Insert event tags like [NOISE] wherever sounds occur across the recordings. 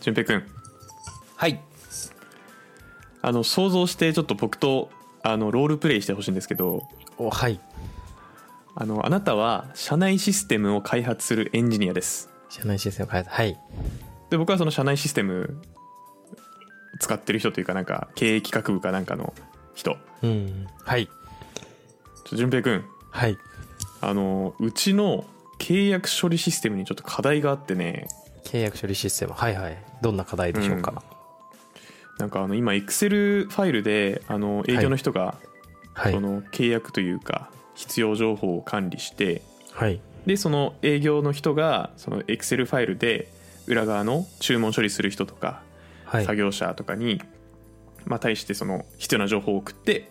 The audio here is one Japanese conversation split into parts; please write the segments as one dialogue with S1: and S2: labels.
S1: 淳平君
S2: はい
S1: あの想像してちょっと僕とあのロールプレイしてほしいんですけど
S2: おはい
S1: あのあなたは社内システムを開発するエンジニアです
S2: 社内システム開発はい
S1: で僕はその社内システム使ってる人というかなんか経営企画部かなんかの人ちょ
S2: うんはい
S1: っと淳平君
S2: はい
S1: あのうちの契約処理システムにちょっと課題があってね
S2: 契約処理システムはいはいどんな課題でしょうか、
S1: なんかあの今 Excel ファイルであの営業の人が
S2: はい
S1: その契約というか必要情報を管理して
S2: はい
S1: でその営業の人がその Excel ファイルで裏側の注文処理する人とか
S2: はい
S1: 作業者とかに、まあ、対してその必要な情報を送って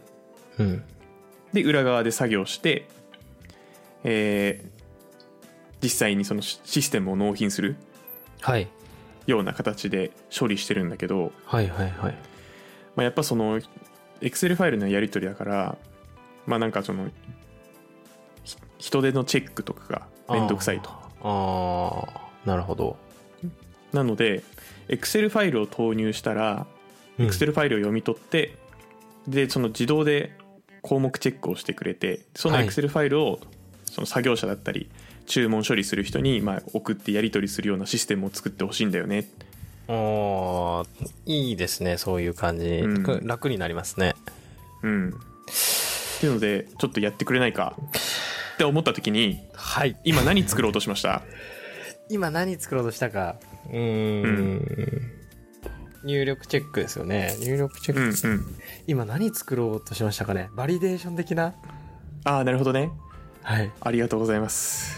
S2: うん
S1: で裏側で作業して、えー実際にそのシシステムを納品する
S2: はい
S1: ような形で処理してるんだけど、
S2: はいはいはい
S1: まあ、やっぱその Excel ファイルのやり取りだからまあなんかそのひ人手のチェックとかがめんどくさいと
S2: あーあーなるほど
S1: なので Excel ファイルを投入したら Excel ファイルを読み取って、でその自動で項目チェックをしてくれてその
S2: はい
S1: Excel ファイルをその作業者だったり注文処理する人にまあ送ってやり取りするようなシステムを作ってほしいんだよね
S2: うんあーいいですねそういう感じ、
S1: うん
S2: く楽になりますね
S1: うんっていうのでちょっとやってくれないかって思った時に
S2: はい
S1: 今何作ろうとしました
S2: 今何作ろうとしたかうーん入力チェックですよね入力チェッ
S1: う
S2: ク、
S1: んうん
S2: 今何作ろうとしましたかねバリデーション的な
S1: ああなるほどね
S2: はい
S1: ありがとうございます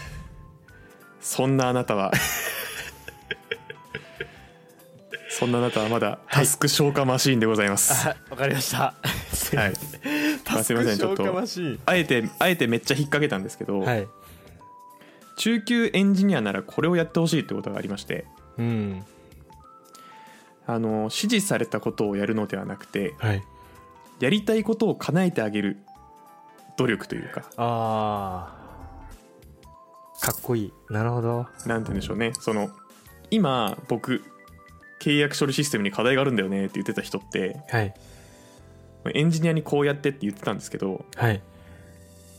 S1: そんなあなたは [LAUGHS] そんなあなたはまだタスク消化マシーンでございます、
S2: あ [LAUGHS] わかりました [LAUGHS]
S1: はいい、あすいませんちょっと
S2: 消化マシーン
S1: あえてあえてめっちゃ引っ掛けたんですけど、
S2: はい
S1: 中級エンジニアならこれをやってほしいってことがありまして
S2: うん
S1: あの指示されたことをやるのではなくて
S2: はい
S1: やりたいことを叶えてあげる努力というか
S2: あーかっこいいなるほど
S1: なんて言うんでしょうねその今僕契約処理システムに課題があるんだよねって言ってた人って
S2: はい
S1: エンジニアにこうやってって言ってたんですけど
S2: はい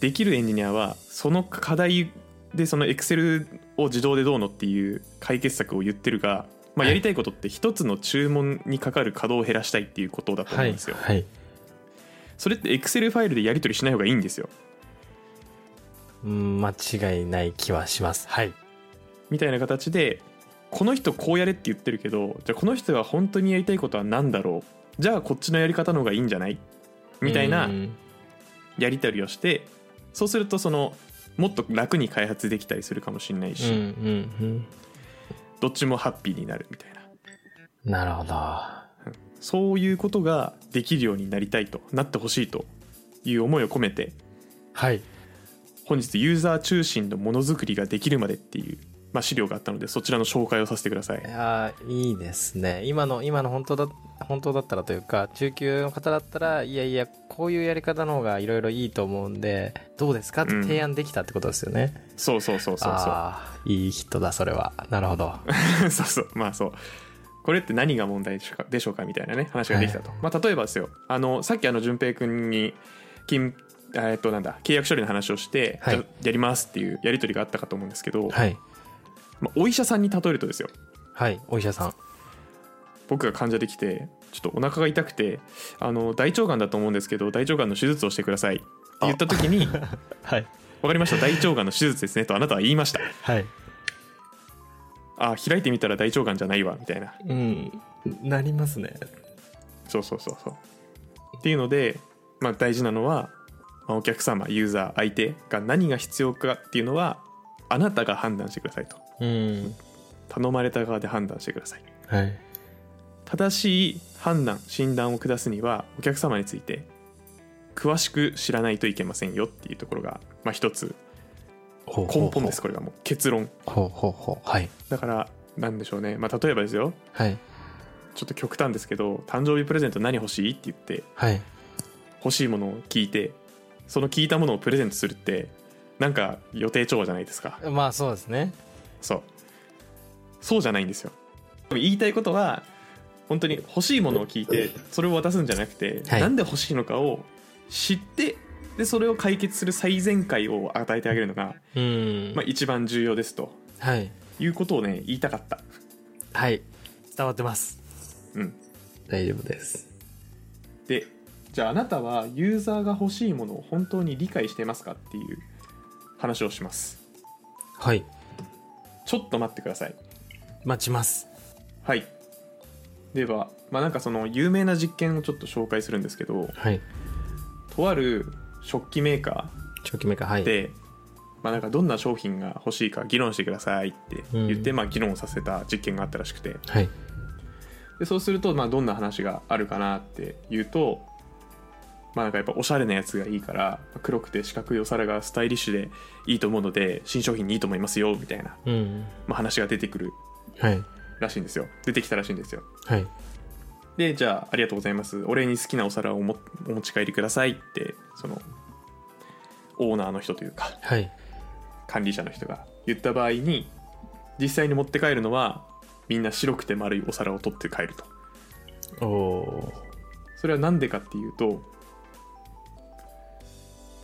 S1: できるエンジニアはその課題でその Excel を自動でどうのっていう解決策を言ってるが、まあ、
S2: はい
S1: やりたいことって一つの注文にかかる稼働を減らしたいっていうことだと思
S2: は
S1: うん
S2: い
S1: ですよ、
S2: はい
S1: それって Excel ファイルでやり取りしない方がいいんですよ
S2: うん間違いない気はしますはい
S1: みたいな形でこの人こうやれって言ってるけどじゃあこの人が本当にやりたいことは何だろうじゃあこっちのやり方の方がいいんじゃないみたいな
S2: うん
S1: やり取りをしてそうするとそのもっと楽に開発できたりするかもしれない
S2: うん
S1: し、
S2: うん
S1: どっちもハッピーになるみたいな
S2: うんなるほど
S1: そういうことができるようになりたいとなってほしいという思いを込めて
S2: はい
S1: 本日ユーザー中心のものづくりができるまでっていう、まあ、資料があったのでそちらの紹介をさせてくださ
S2: い
S1: い。
S2: やーいいですね今の今の本当だ本当だったらというか中級の方だったらいやいやこういうやり方の方がいろいろいいと思うんでどうですかって
S1: うん
S2: 提案できたってことですよね、
S1: そうそうそうそうそ
S2: ああいい人だそれ [LAUGHS] はなるほど
S1: う [LAUGHS] そうそうまあそうこれって何が問題でしょうかでしょうかみたいなね話ができたと、まあ、例えばですよあのさっきあの淳平君に金えっとなんだ契約処理の話をして、
S2: はい
S1: じゃあやりますっていうやり取りがあったかと思うんですけど、
S2: はい
S1: まあ、お医者さんに例えるとですよ
S2: はいお医者さん
S1: 僕が患者できてちょっとお腹が痛くてあの大腸がんだと思うんですけど大腸がんの手術をしてくださいって言った時に「わ
S2: はい
S1: かりました大腸がんの手術ですね」とあなたは言いました
S2: はい
S1: 「あ開いてみたら大腸がんじゃないわ」みたいな
S2: うんなりますね
S1: そうそうそうそうっていうので、まあ、大事なのは、まあお客様ユーザー相手が何が必要かっていうのはあなたが判断してくださいと
S2: うん
S1: 頼まれた側で判断してください
S2: はい
S1: 正しい判断診断を下すにはお客様について詳しく知らないといけませんよっていうところが、まあ、一つ
S2: ほう
S1: 根本ですこれがもう結論
S2: ほうほうほうはい
S1: だからなんでしょうね、まあ、例えばですよ
S2: はい
S1: ちょっと極端ですけど誕生日プレゼント何欲しいって言って
S2: はい
S1: 欲しいものを聞いてその聞いたものをプレゼントするってなんか予定調和じゃないですか
S2: まあそうですね
S1: そうそうじゃないんですよ言いたいことは本当に欲しいものを聞いてそれを渡すんじゃなくて、
S2: はい
S1: なんで欲しいのかを知ってでそれを解決する最善解を与えてあげるのが、
S2: うん、
S1: まあ、一番重要ですと
S2: はい
S1: いうことをね言いたかった、
S2: はい伝わってます
S1: うん、
S2: 大丈夫です
S1: でじゃああなたはユーザーが欲しいものを本当に理解してますかっていう話をします
S2: はい
S1: ちょっと待ってください
S2: 待ちます
S1: はいではまあなんかその有名な実験をちょっと紹介するんですけど
S2: はい
S1: とある食器メーカ
S2: 長期目かは
S1: ー
S2: い
S1: で、まあ、なんかどんな商品が欲しいか議論してくださいって言って、
S2: う
S1: まあ、議論させた実験があったらしくて
S2: はい
S1: でそうするとまあどんな話があるかなっていうとまあなんかやっぱおしゃれなやつがいいから黒くて四角いお皿がスタイリッシュでいいと思うので新商品にいいと思いますよみたいな、
S2: うん
S1: まあ、話が出てくる
S2: はい
S1: らしいんですよ出てきたらしいんですよ
S2: はい
S1: でじゃあありがとうございますお礼に好きなお皿をおもお持ち帰りくださいってそのオーナーの人というか
S2: はい
S1: 管理者の人が言った場合に実際に持って帰るのはみんな白くて丸いお皿を取って帰ると
S2: おお
S1: それは何でかっていうと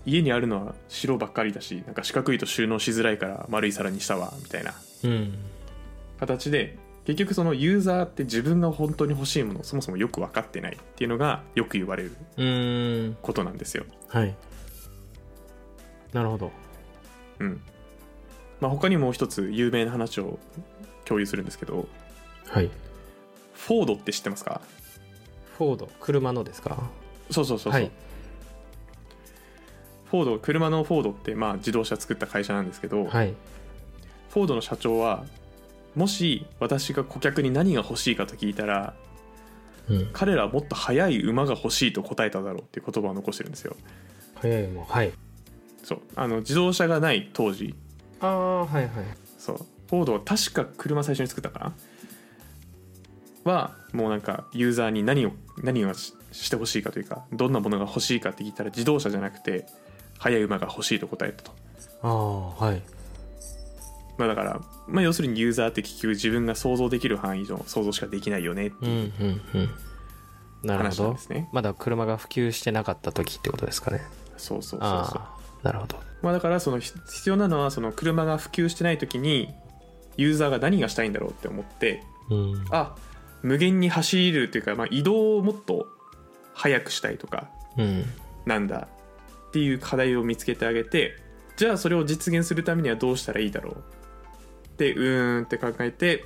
S1: 家にあるのは白ばっかりだしなんか四角いと収納しづらいから丸い皿にしたわみたいな
S2: ーうん
S1: 形で結局そのユーザーって自分が本当に欲しいものをそもそもよく分かってないっていうのがよく言われる
S2: うーん
S1: ことなんですよ。
S2: はいなるほど
S1: うんまあ、他にもう一つ有名な話を共有するんですけど
S2: はい
S1: フォードって知ってますか
S2: フォード車のですか
S1: そうそうそうそう、
S2: はい
S1: フォード車のフォードってまあ自動車作った会社なんですけど、
S2: はい
S1: フォードの社長はもし私が顧客に何が欲しいかと聞いたら
S2: うん
S1: 彼らはもっと速い馬が欲しいと答えただろうっていう言葉を残してるんですよ
S2: 早いもはい
S1: そうあの自動車がない当時
S2: ああはいはい
S1: そうフォードは確か車最初に作ったかなはもうなんかユーザーに何を何をししてほしいかというかどんなものが欲しいかって聞いたら自動車じゃなくて速い馬が欲しいと答えたと
S2: ああはい
S1: まあだから、まあ、要するにユーザーって結局自分が想像できる範囲の想像しかできないよねって
S2: うん
S1: いう
S2: うんうんなるほ
S1: 話なん
S2: ど
S1: ですね。
S2: まだ車が普及してなかった時ってことですかね
S1: そうそうそうそう。
S2: ああなるほど
S1: まあだからそのひ必要なのはその車が普及してない時にユーザーが何がしたいんだろうって思って
S2: うん
S1: あ無限に走るというか、まあ、移動をもっと速くしたいとか
S2: うん
S1: なんだっていう課題を見つけてあげてじゃあそれを実現するためにはどうしたらいいだろうでうーんって考えて、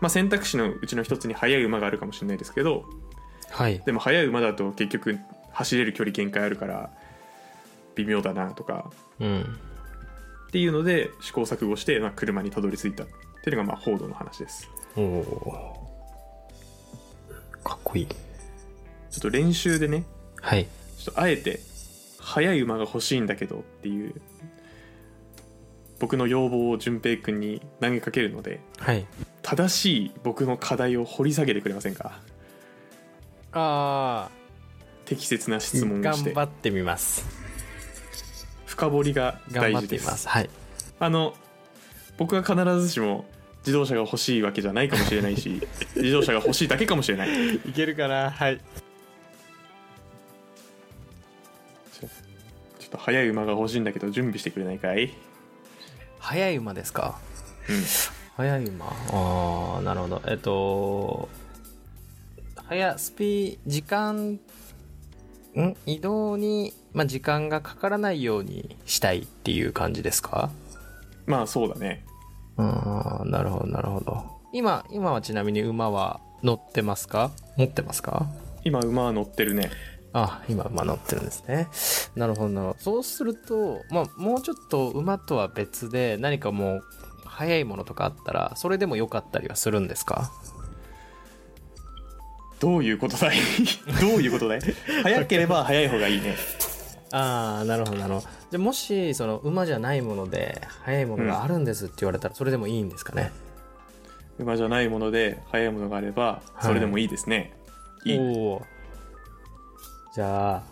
S1: まあ、選択肢のうちの一つに速い馬があるかもしれないですけど
S2: はい
S1: でも速い馬だと結局走れる距離限界あるから微妙だなとか
S2: うん
S1: っていうので試行錯誤して、まあ、車にたどり着いたっていうのがまあフォードの話です
S2: おおかっこいい
S1: ちょっと練習でね
S2: はい
S1: ちょっとあえて速い馬が欲しいんだけどっていう僕の要望を淳平君に投げかけるので
S2: はい
S1: 正しい僕の課題を掘り下げてくれませんか
S2: ああ
S1: 適切な質問を
S2: 頑
S1: して
S2: 張ってみます
S1: 深掘りが大
S2: 頑張っ
S1: 事
S2: て
S1: で
S2: み
S1: す
S2: ますはい
S1: あの僕は必ずしも自動車が欲しいわけじゃないかもしれない
S2: [LAUGHS]
S1: し自動車が欲しいだけかもしれない
S2: いけるかなはい
S1: ちょっと速い馬が欲しいんだけど準備してくれないかい
S2: 速い馬ですか
S1: うん
S2: 速い馬ああなるほどえっと速スピー時間ん移動に、まあ、時間がかからないようにしたいっていう感じですか
S1: まあそうだね
S2: ああなるほどなるほど今今はちなみに馬は乗ってますか持ってますか
S1: 今馬は乗ってるね
S2: あ今馬乗ってるんですねなるほどなるほどそうすると、まあ、もうちょっと馬とは別で何かもう速いものとかあったらそれでも良かったりはするんですか
S1: どういうこと
S2: [LAUGHS]
S1: だいどういうことだい早ければ早い方がいいね
S2: ああなるほどなるほどじゃあもしその馬じゃないもので速いものがあるんですって言われたらそれでもいいんですかね、
S1: 馬じゃないもので早いものがあればそれでもいいですね、い、い
S2: おおじゃあ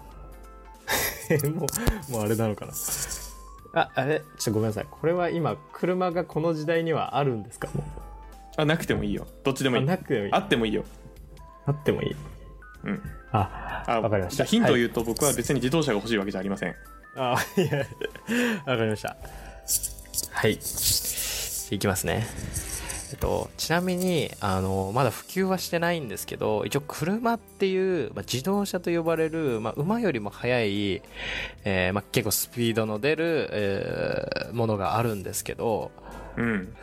S2: [LAUGHS] もうもうあれなのかなああれちょっとごめんなさいこれは今車がこの時代にはあるんですかもう
S1: あなくてもいいよどっちでもいい
S2: なくてもいい
S1: あってもいいよ
S2: あってもいい
S1: うん
S2: あ
S1: あ
S2: わかりまし
S1: じゃ
S2: た
S1: あヒントを言
S2: は
S1: うと、僕は別に自動車が欲しいわけじゃありません
S2: あいやわかりましたはいいきますねえっと、ちなみにあのまだ普及はしてないんですけど一応車っていう、まあ、自動車と呼ばれる、まあ、馬よりも速い、えーまあ、結構スピードの出る、えーものがあるんですけど
S1: うん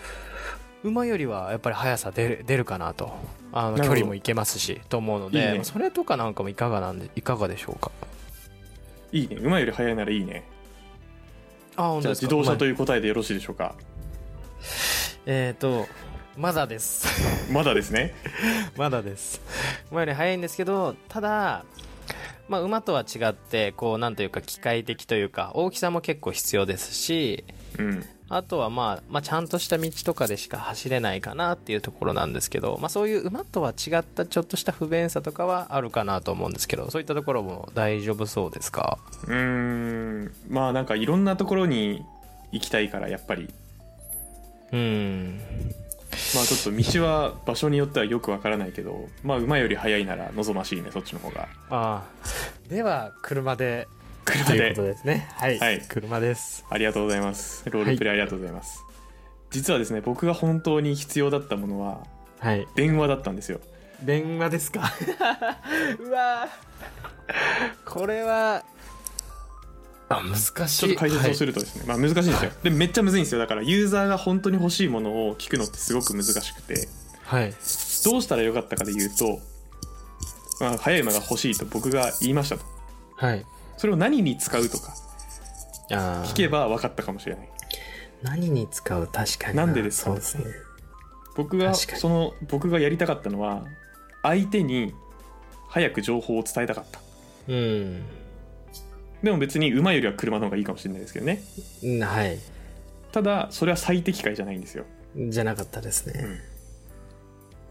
S2: 馬よりはやっぱり速さ出る出るかなとあの
S1: なるほど
S2: 距離もいけますしと思うので
S1: いいね
S2: まあそれとかなんかもいかがなんでいかがでしょうか
S1: いいね馬より速いならいいね
S2: あ本
S1: じ
S2: 当
S1: ゃあ
S2: ですか
S1: 自動車と
S2: う
S1: いう答えでよろしいでしょうか
S2: えっ、とまだです
S1: まだですね
S2: [LAUGHS] まだ [LAUGHS] です馬より速いんですけどただまあ、馬とは違ってこうなんというか機械的というか大きさも結構必要ですし
S1: うん
S2: あとは、まあ、まあちゃんとした道とかでしか走れないかなっていうところなんですけど、まあ、そういう馬とは違ったちょっとした不便さとかはあるかなと思うんですけどそういったところも大丈夫そうですか
S1: うーんまあなんかいろんなところに行きたいからやっぱり
S2: うん
S1: まあちょっと道は場所によってはよくわからないけどまあ馬より速いなら望ましいねそっちの方が
S2: ああでは車で
S1: 車
S2: という
S1: で
S2: ことですねはい、
S1: はい
S2: 車です
S1: ありがとうございますロールプレイありがとうございます、実はですね僕が本当に必要だったものは
S2: はい
S1: 電話だったんですよ
S2: 電話で
S1: [LAUGHS]
S2: すかうわーこれはあ難しい
S1: ちょっと解説をす
S2: る、
S1: るとですね、まあ難しいんですよでめっちゃむずいんですよだからユーザーが本当に欲しいものを聞くのってすごく難しくて
S2: はいはい、
S1: どうしたらよかったかで言うと、まあ、速い馬が欲しいと僕が言いましたと
S2: はい、
S1: それを何に使うとか
S2: ああ
S1: 聞けば分かったかもしれない
S2: 何に使う確かに
S1: なんでですか
S2: そうですね
S1: 僕が
S2: 確かに
S1: その僕がやりたかったのは相手に早く情報を伝えたかったでも別に馬よりは車の方がいいかもしれないですけどね
S2: うんはい
S1: ただそれは最適解じゃないんですよ
S2: じゃなかったですね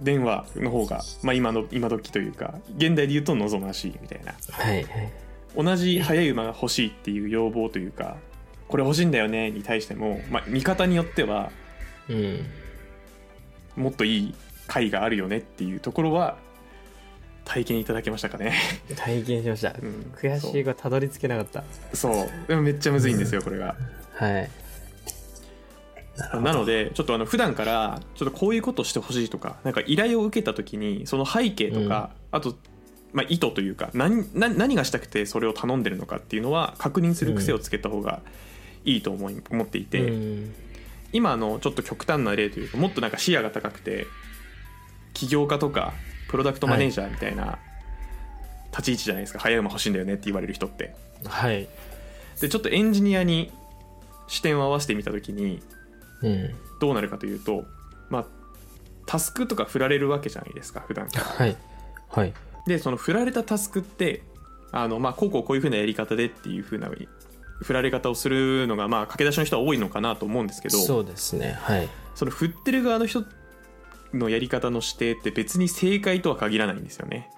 S1: 電話の方が、まあ、今の今時というか現代で言うと望ましいみたいな
S2: はいはい
S1: 同じ速い馬が欲しいっていう要望というかこれ欲しいんだよねに対しても、まあ、見方によっては
S2: うん
S1: もっといい解があるよねっていうところは体験いただけましたか
S2: [LAUGHS]
S1: ね、
S2: 体験しました、
S1: ん
S2: 悔しいがたどり着けなかった
S1: そうでもめっちゃむずいんですよこれが
S2: はい
S1: なのでちょっとあの普段からちょっとこういうことしてほしいとかなんか依頼を受けた時にその背景とか、あと、まあ、意図というか何何何がしたくてそれを頼んでるのかっていうのは確認する癖をつけた方がいいと思い、思っていて、
S2: うん
S1: 今のちょっと極端な例というかもっとなんか視野が高くて起業家とかプロダクトマネージャーみたいな立ち位置じゃないですか、早い馬欲しいんだよねって言われる人って。
S2: はい
S1: でちょっとエンジニアに視点を合わせてみた時に
S2: うん
S1: どうなるかというと、まあ、タスクとか振られるわけじゃないですか普段から。
S2: はいはい
S1: でその振られたタスクってあの、まあ、こうこうこういうふうなやり方でっていうふうな振られ方をするのが、まあ、駆け出しの人は多いのかなと思うんですけど
S2: そうですねはい
S1: その振ってる側の人のやり方の指定って別に正解とは限らないんですよね。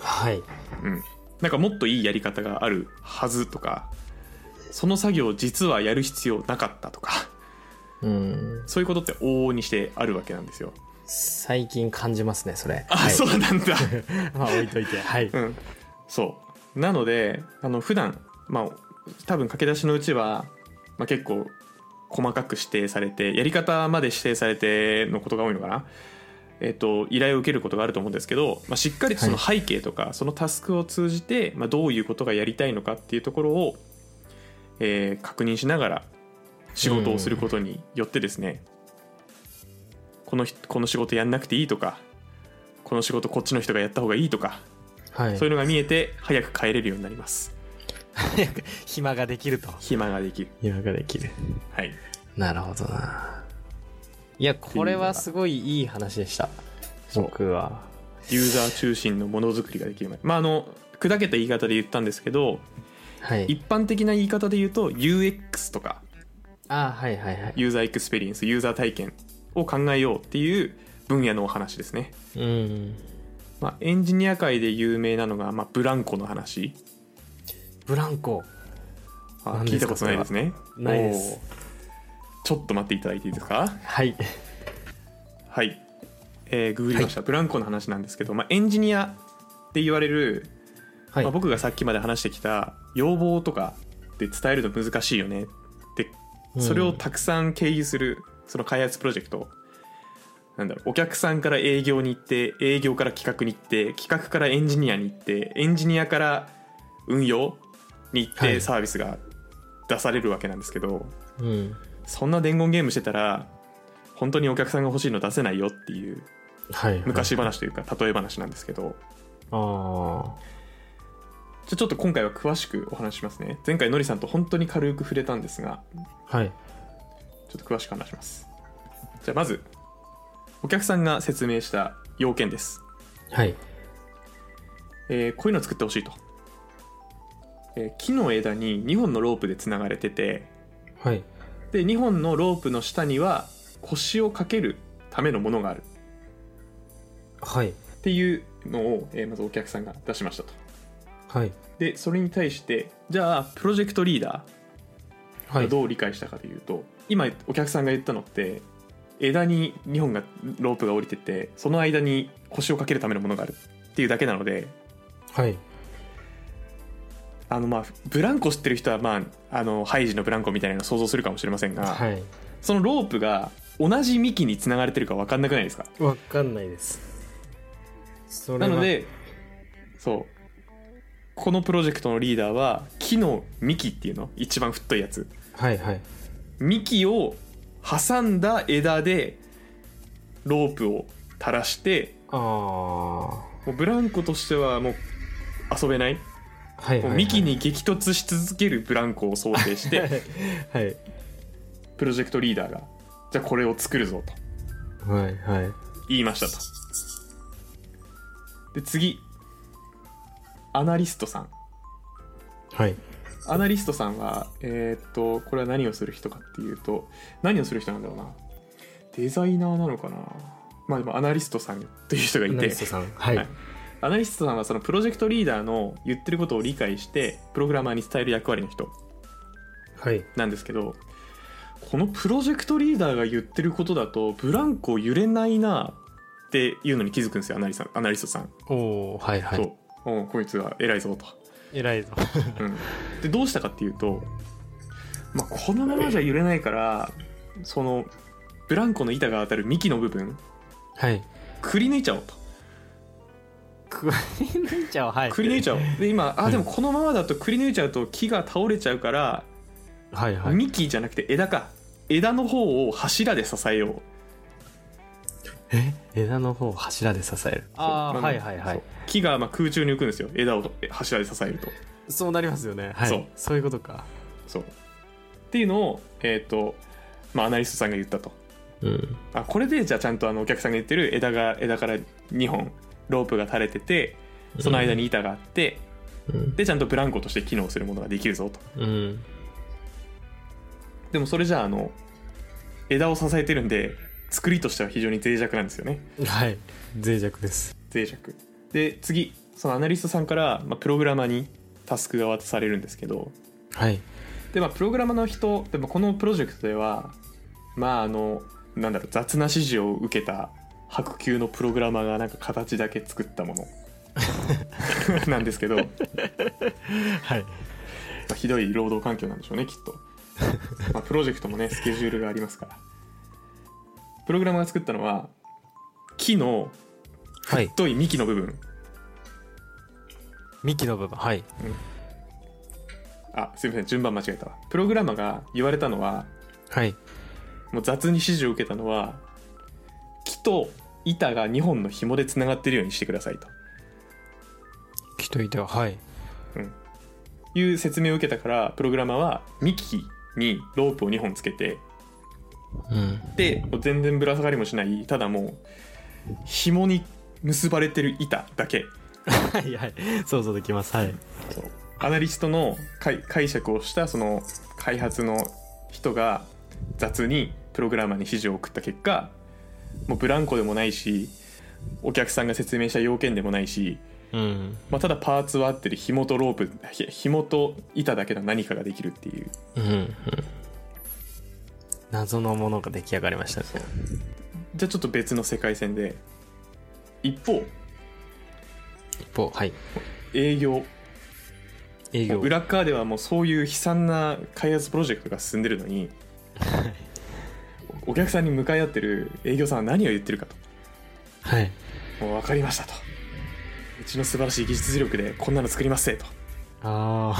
S2: はい
S1: うん、なんかもっといいやり方があるはずとかその作業を実はやる必要なかったとか
S2: うん
S1: そういうことって往々にしてあるわけなんですよ。
S2: 最近感じますねそれ
S1: あ、
S2: はい、
S1: そううなんだ。
S2: [LAUGHS] まあ置いといてはい、
S1: うん、そうなのであの普段まあ多分駆け出しのうちは、まあ、結構細かく指定されてやり方まで指定されてのことが多いのかな、えっと依頼を受けることがあると思うんですけど、まあ、しっかりとその背景とか、そのタスクを通じて、まあ、どういうことがやりたいのかっていうところを、えー確認しながら仕事をすることによってですね、このひこの仕事やんなくていいとかこの仕事こっちの人がやった方がいいとか
S2: はい、
S1: そういうのが見えて早く帰れるようになります
S2: 暇ができると
S1: 暇ができる
S2: 暇ができる
S1: はい
S2: なるほどな。いや、これはすごいいい話でした。
S1: そう
S2: 僕は。
S1: ユーザー中心のものづくりができるまでまああの砕けた言い方で言ったんですけど
S2: はい。
S1: 一般的な言い方で言うと UX とか
S2: あはいはいはい。
S1: ユーザーエクスペリエンスユーザー体験を考えようっていう分野のお話ですね、
S2: うん。
S1: まあ、エンジニア界で有名なのが、まあ、ブランコの話
S2: ブランコ。
S1: あ
S2: 何
S1: 聞
S2: で
S1: い
S2: す
S1: た
S2: か
S1: ことないですね
S2: それはないです
S1: おーちょっと待っていただいていいですか
S2: はい。
S1: はい、えーググりました、ブランコの話なんですけど、まあ、エンジニアって言われる、
S2: はい
S1: まあ、僕がさっきまで話してきた要望とかで伝えるの難しいよねでそれをたくさん経由するその開発プロジェクトなんだろうお客さんから営業に行って営業から企画に行って企画からエンジニアに行ってエンジニアから運用に行っ
S2: は
S1: て
S2: い
S1: サービスが出されるわけなんですけど、
S2: うん
S1: そんな伝言ゲームしてたら本当にお客さんが欲しいの出せないよっていう
S2: はい
S1: 昔話というか例え話なんですけど
S2: あ
S1: じゃあちょっと今回は詳しくお話ししますね前回のりさんと本当に軽く触れたんですが
S2: あはい
S1: ちょっと詳しく話しますじゃあまずお客さんが説明した要件です、
S2: はい
S1: えーこういうの作ってほしいと、えー木の枝に2本のロープでつながれてて
S2: はい
S1: で2本のロープの下には腰をかけるためのものがある
S2: はい
S1: っていうのを、えーまずお客さんが出しましたと
S2: はい
S1: でそれに対してじゃあプロジェクトリーダー
S2: は
S1: が
S2: い
S1: どう理解したかというと、今お客さんが言ったのって枝に2本がロープが降りててその間に腰をかけるためのものがあるっていうだけなので
S2: はい
S1: あのまあブランコ知ってる人はまああのハイジのブランコみたいなの想像するかもしれませんが、
S2: はい
S1: そのロープが同じ幹につながれてるか分かんなくないですか
S2: わかんないですそれ
S1: な
S2: は
S1: のでそうこのプロジェクトのリーダーは木の幹っていうの一番太いやつ
S2: はいはい
S1: 幹を挟んだ枝でロープを垂らして
S2: ああは
S1: もうブランコとしてはもう遊べない,、
S2: いはい、はい、
S1: もう幹に激突し続けるブランコを想定し
S2: [LAUGHS]
S1: て
S2: はい
S1: プロジェクトリーダーがじゃあこれを作るぞと
S2: はいはい
S1: 言いましたとで次アナリストさん
S2: はい
S1: アナリストさんはえーっとこれは何をする人かっていうと何をする人なんだろうなデザイナーなのかなまあでもアナリストさんという人が
S2: ア
S1: い
S2: ナ
S1: て
S2: リストさんはい、
S1: はいアナリストさんはそのプロジェクトリーダーの言ってることを理解してプログラマーに伝える役割の人
S2: はい、
S1: なんですけどこのプロジェクトリーダーが言ってることだとブランコ揺れないなっていうのに気づくんですよアナリさんアナリストさん、
S2: おおはいは
S1: そ
S2: いう
S1: おうこいつは偉いぞと、
S2: 偉いぞ
S1: うん、でどうしたかっていうと、まあ、このままじゃ揺れないからそのブランコの板が当たる幹の部分
S2: はい
S1: くり抜いちゃおうと
S2: くり抜いちゃおうはい
S1: くり抜いちゃおうで今あでもこのままだとくり抜いちゃうと木が倒れちゃうから
S2: はいはい
S1: 幹じゃなくて枝か枝の方を柱で支えよう
S2: え枝の方を柱で支えるあ
S1: そ
S2: あ
S1: う
S2: はいはいは
S1: そ
S2: いう
S1: 木がまあ空中に浮くんですよ枝をえ柱で支えると
S2: そうなりますよねはい
S1: そう
S2: そういうことか
S1: そうっていうのをえっ、とまあアナリストさんが言ったと
S2: うん
S1: あこれでじゃあちゃんとあのお客さんが言ってる枝が枝から2本ロープが垂れててその間に板があって、
S2: うん
S1: でちゃんとブランコとして機能するものができるぞと
S2: うん
S1: でもそれじゃああの枝を支えてるんで作りとしては非常に脆弱なんですよね
S2: はい脆弱です
S1: 脆弱で次そのアナリストさんから、まあ、プログラマーにタスクが渡されるんですけど
S2: はい
S1: でまあプログラマーの人でもこのプロジェクトではまああのなんだろう雑な指示を受けた白球のプログラマーがなんか形だけ作ったものなんですけど、ま
S2: はい
S1: あひどい労働環境なんでしょうねきっと、まあ、プロジェクトもねスケジュールがありますからプログラマーが作ったのは木の
S2: はい
S1: 太い幹の部分
S2: 幹の部分はい
S1: あすいません順番間違えたわプログラマーが言われたのは
S2: はい
S1: もう雑に指示を受けたのは木と板が2本の紐でつながってるようにしてくださいと
S2: 木と板ははい
S1: いう説明を受けたからプログラマーは幹にロープを2本つけて
S2: うん
S1: でもう全然ぶら下がりもしないただもう紐に結ばれてる板だけ
S2: はいはい想像できますはい
S1: そうアナリストの解解釈をしたその開発の人が雑にプログラマーに指示を送った結果もうブランコでもないしお客さんが説明した要件でもないし、
S2: うん
S1: まあ、ただパーツはあってる紐とロープひ紐と板だけの何かができるっていう
S2: うんうん謎のものが出来上がりましたね
S1: じゃあちょっと別の世界線で一方
S2: 一方はい
S1: 営業
S2: 営業
S1: 裏側ではもうそういう悲惨な開発プロジェクトが進んでるのにお客さんに向かい合ってる営業さんは何を言ってるかと
S2: はい
S1: もう分かりましたとうちの素晴らしい技術力でこんなの作りますぜと
S2: あ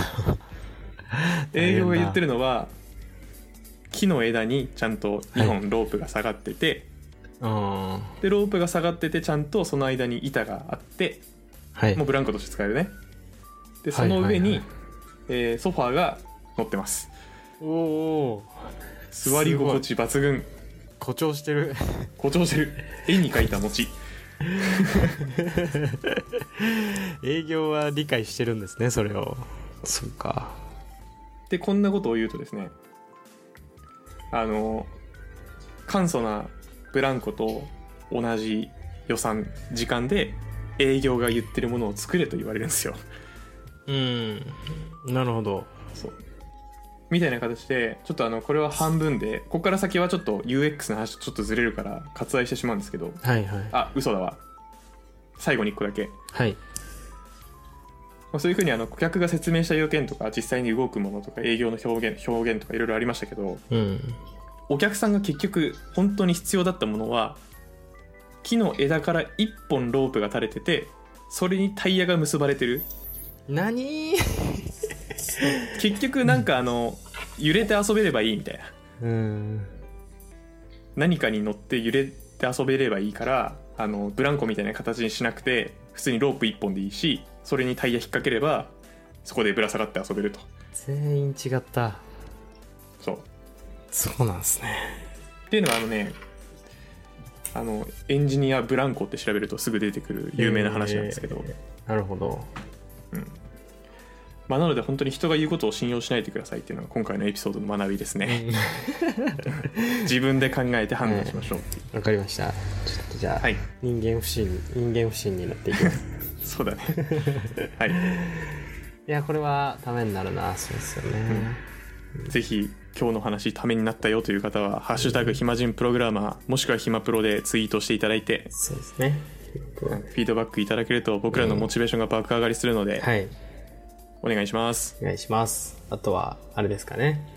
S2: あ
S1: 営業が言って
S2: る
S1: るのは木の枝にちゃんと2本ロープが下がってて、
S2: うんは
S1: でロープが下がっててちゃんとその間に板があって
S2: い
S1: もうブランコとして使えるねで
S2: は
S1: そ
S2: い
S1: の上に、
S2: はいはい
S1: えーソファーが乗ってます
S2: おお
S1: 座り心地抜群
S2: 誇張してる [LAUGHS]
S1: 誇張してる絵に描いた餅
S2: 営業は理解してるんですねそれをそうか
S1: でこんなことを言うとですねあの簡素なブランコと同じ予算時間で営業が言ってるものを作れと言われるんですよ
S2: うんなるほど
S1: そうみたいな形でちょっとあのこれは半分でここから先はちょっと UX の話とちょっとずれるから割愛してしまうんですけど
S2: はいはい
S1: あ嘘だわ最後に1個だけ
S2: はい
S1: まあそういうふうにあの顧客が説明した要件とか実際に動くものとか営業の表現表現とかいろいろありましたけど
S2: うん
S1: お客さんが結局本当に必要だったものは木の枝から1本ロープが垂れててそれにタイヤが結ばれてる
S2: 何
S1: 結局なんかあの揺れて遊べればいいみたいな
S2: うん
S1: 何かに乗って揺れて遊べればいいからあのブランコみたいな形にしなくて普通にロープ1本でいいしそれにタイヤ引っ掛ければそこでぶら下がって遊べると
S2: 全員違った
S1: そう
S2: そうなんですね
S1: っていうのはあのねあのエンジニアブランコって調べるとすぐ出てくる有名な話なんですけど、
S2: なるほど
S1: まあ、なので本当に人が言うことを信用しないでくださいっていうのが今回のエピソードの学びですね [LAUGHS] 自分で考えて判断しましょうっていう
S2: わかりましたちょっとじゃあ、
S1: はい
S2: 人間不信人間不信になっていきます
S1: そうだねはい
S2: いやこれはためになるなそうですよね、
S1: ぜひ今日の話ためになったよという方は「ハッシュタグ暇人プログラマー」もしくは暇プロでツイートしていただいて
S2: そうですね
S1: フィードバックいただけると僕らのモチベーションが爆上がりするので
S2: はい
S1: お願いします
S2: お願いしますあとはあれですかね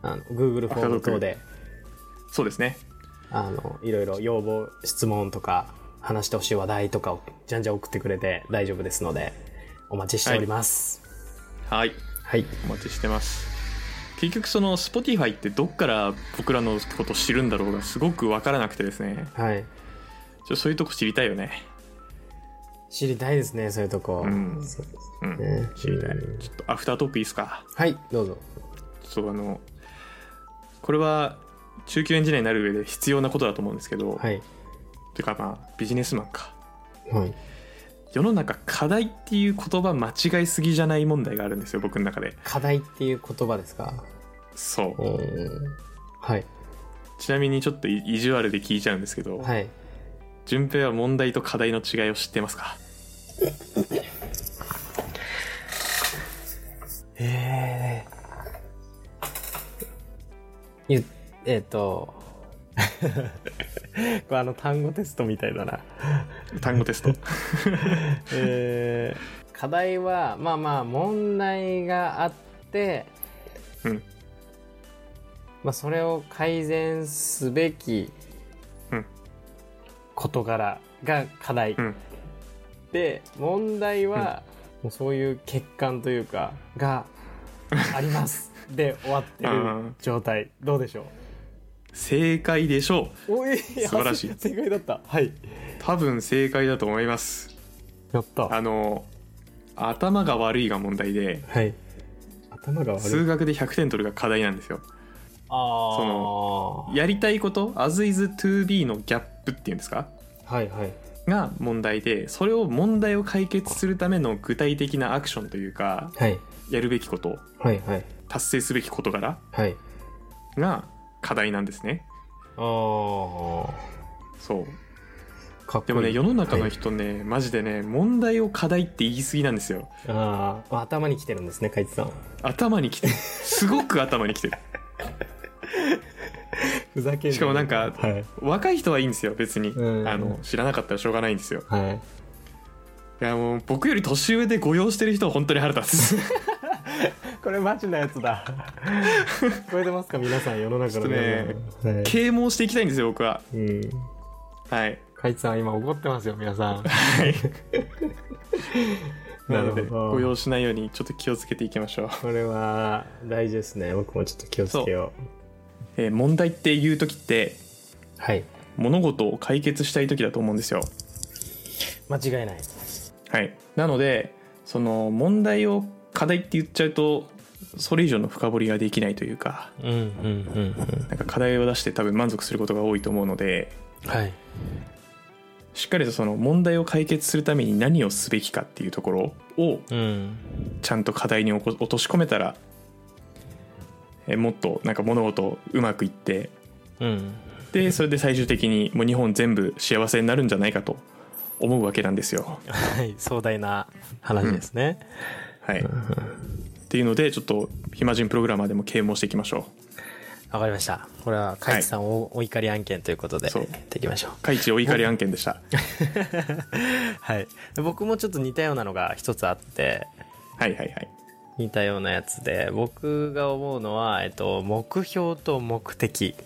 S2: あの Google フォーム等で
S1: そうですね
S2: あのいろいろ要望質問とか話してほしい話題とかをじゃんじゃん送ってくれて大丈夫ですのでお待ちしております
S1: はい
S2: はい、
S1: お待ちしてます結局その Spotify ってどっから僕らのこと知るんだろうがすごく分からなくてですね
S2: はい
S1: ちょそういうとこ知りたいよね
S2: 知りたいですねそういうとこ、
S1: うん
S2: そう
S1: う
S2: ですね
S1: ん知りたい
S2: うん
S1: ちょっとアフタートークいいですか
S2: はいどうぞ
S1: ちょっとあのこれは中級エンジニアになる上で必要なことだと思うんですけど、
S2: はい
S1: てかまあビジネスマンか
S2: はい
S1: 世の中課題っていう言葉間違いすぎじゃない問題があるんですよ僕の中で
S2: 課題っていう言葉ですか
S1: そう
S2: うんはい
S1: ちなみにちょっとい意地悪で聞いちゃうんですけど
S2: はい
S1: 順平は問題と課題の違いを知ってますか
S2: えー、ゆえっ、と [LAUGHS] これあの単語テストみたいだな
S1: 単語テス
S2: [LAUGHS]
S1: ト
S2: えー課題はまあまあ問題があって、
S1: うん
S2: まあ、それを改善すべき
S1: うん
S2: 事柄が課題、
S1: うん
S2: で問題は、もうそういう欠陥というかがあ
S1: [LAUGHS]
S2: りますで終わってる状態どうでしょう
S1: 正解でしょ
S2: おい
S1: 素晴らしい
S2: 正解だったはい
S1: いう多分正解だと思います
S2: やった
S1: あの頭が悪いが問題で
S2: はい頭が悪い
S1: 数学で100点取るが課題なんですよ
S2: あ
S1: そ
S2: の
S1: やりたいこと as is to be のギャップっていうんですか
S2: はいはい
S1: が問題でそれを問題を解決するための具体的なアクションというか
S2: はい
S1: やるべきこと
S2: はいはい
S1: 達成すべき事柄
S2: はい
S1: が課題なんですね
S2: あー
S1: そう
S2: かっこいい
S1: でもね世の中の
S2: はい
S1: 人ね、マジでね問題を課題って言い過ぎなんですよ
S2: あー頭に来てるんですね海津さん
S1: 頭にきてるすごく頭にきてる
S2: ふざけんな
S1: しかもなんか
S2: はい
S1: 若い人はいいんですよ別に、
S2: うん
S1: あの知らなかったらしょうがないんですよ
S2: はい
S1: いやもう僕より年上で御用してる人は本当に腹立つ
S2: [LAUGHS] これマジなやつだ聞こえてますか皆さん世の中の皆さんはい
S1: 啓蒙していきたいんですよ僕は
S2: うん
S1: はい
S2: かいちさん今怒ってますよ皆さん [LAUGHS]
S1: な
S2: なる
S1: の
S2: ほど
S1: で御用しないようにちょっと気をつけていきましょう、 [LAUGHS]
S2: これは大事ですね僕もちょっと気をつけよう
S1: えー問題っていう時って
S2: はい
S1: 物事を解決したい時だと思うんですよ
S2: 間違いない
S1: はいなのでその問題を課題って言っちゃうとそれ以上の深掘りができないというか
S2: うんうんうん
S1: なんか課題を出して多分満足することが多いと思うので
S2: うんはい
S1: しっかりとその問題を解決するために何をすべきかっていうところを
S2: うん
S1: ちゃんと課題におこ落とし込めたらえもっとなんか物事うまくいって
S2: うん
S1: でそれで最終的にもう日本全部幸せになるんじゃないかと思うわけなんですよ。
S2: はい壮大な話ですね、
S1: はい、っていうのでちょっと暇人プログラマーでも啓蒙していきましょ
S2: わかりましたこれはかいちさんをお怒り案件ということで、
S1: そう
S2: やっていきましょう
S1: う。カイチお怒り案件でした。
S2: [LAUGHS] はい、僕もちょっと似たようなのが一つあって
S1: はいはいはい。
S2: 似たようなやつで僕が思うのは、えっと、目標と目的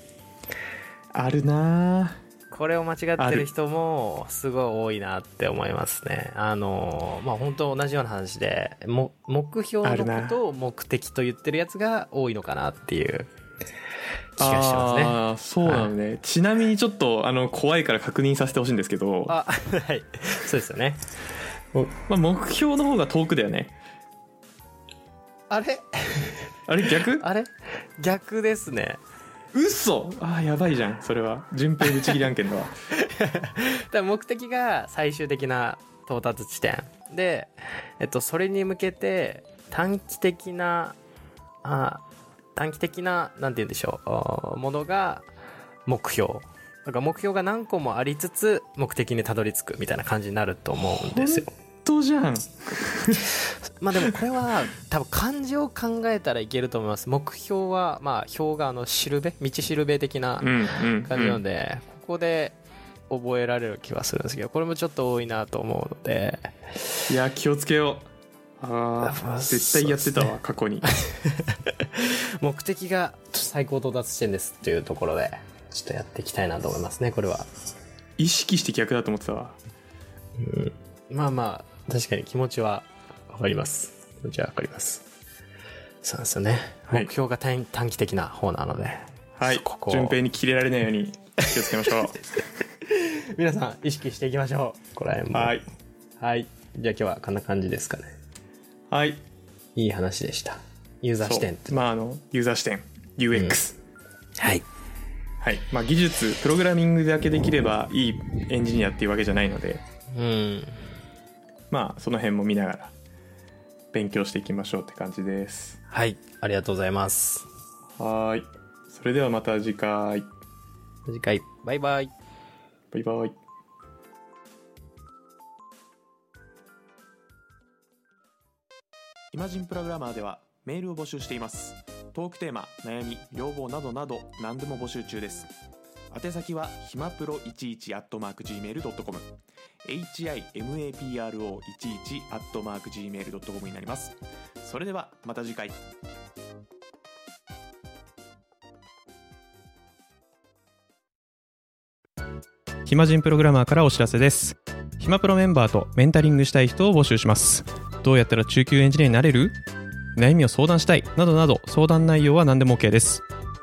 S1: あるな
S2: これを間違ってる人もすごい多いなって思いますねあのまあ本当同じような話でも目標
S1: あ
S2: の
S1: るな
S2: ことを目的と言ってるやつが多いのかなっていう気がしますね
S1: ああーそうなのね、ちなみにちょっとあの怖いから確認させてほしいんですけど
S2: あ [LAUGHS] はいそうですよね
S1: まあ、目標の方が遠くだよね
S2: あれ
S1: あれ逆
S2: あれ逆ですね
S1: 嘘あーやばいじゃんそれは順平打ち切り案件だ
S2: [LAUGHS]
S1: わ
S2: だから目的が最終的な到達地点で、えっと、それに向けて短期的なあ短期的ななんて言うんでしょうあものが目標だから目標が何個もありつつ目的にたどり着くみたいな感じになると思うんですよ
S1: どうじゃん
S2: まあでもこれは多分漢字を考えたらいけると思います目標はまあ表があのしるべ道しるべ的な
S1: うんうん
S2: 感じなので、ここで覚えられる気はするんですけどこれもちょっと多いなと思うので
S1: いや気をつけようあ
S2: ま
S1: あ
S2: あ
S1: 絶対やってたわ、過去
S2: [LAUGHS]
S1: に
S2: 目的が最高到達地点ですっていうところでちょっとやっていきたいなと思いますねこれは
S1: 意識して逆だと思ってたわ
S2: まあまあ確かに気持ちはわかります気持ちはわかりますそうなんですよね、
S1: はい
S2: 目標が短短期的な方なので
S1: はい
S2: ここ
S1: 順平に切れられないように気をつけま
S2: [LAUGHS]
S1: しょ
S2: 皆さん意識していきましょうこれ
S1: う
S2: も
S1: はい
S2: はいじゃあ今日はこんな感じですかね
S1: はい
S2: いい話でしたユーザー視点っ
S1: そ
S2: て
S1: うまああのユーザー視点 UX、
S2: はい
S1: はいまあ、技術プログラミングだけできればいいエンジニアっていうわけじゃないので
S2: うん
S1: まあその辺も見ながら勉強していきましょうって感じです
S2: はいありがとうございます
S1: はーいそれではまた次回
S2: 次回バイバイ
S1: バイバイイマジンプログラマーではメールを募集していますトークテーマ悩み要望などなど何でも募集中です宛先はひまプロ11アットマーク gmail.com himapro11 アットマーク gmail.com になりますそれではまた次回暇人プログラマーからお知らせです暇プロメンバーとメンタリングしたい人を募集しますどうやったら中級エンジニアになれる悩みを相談したいなどなど相談内容は何でも OK です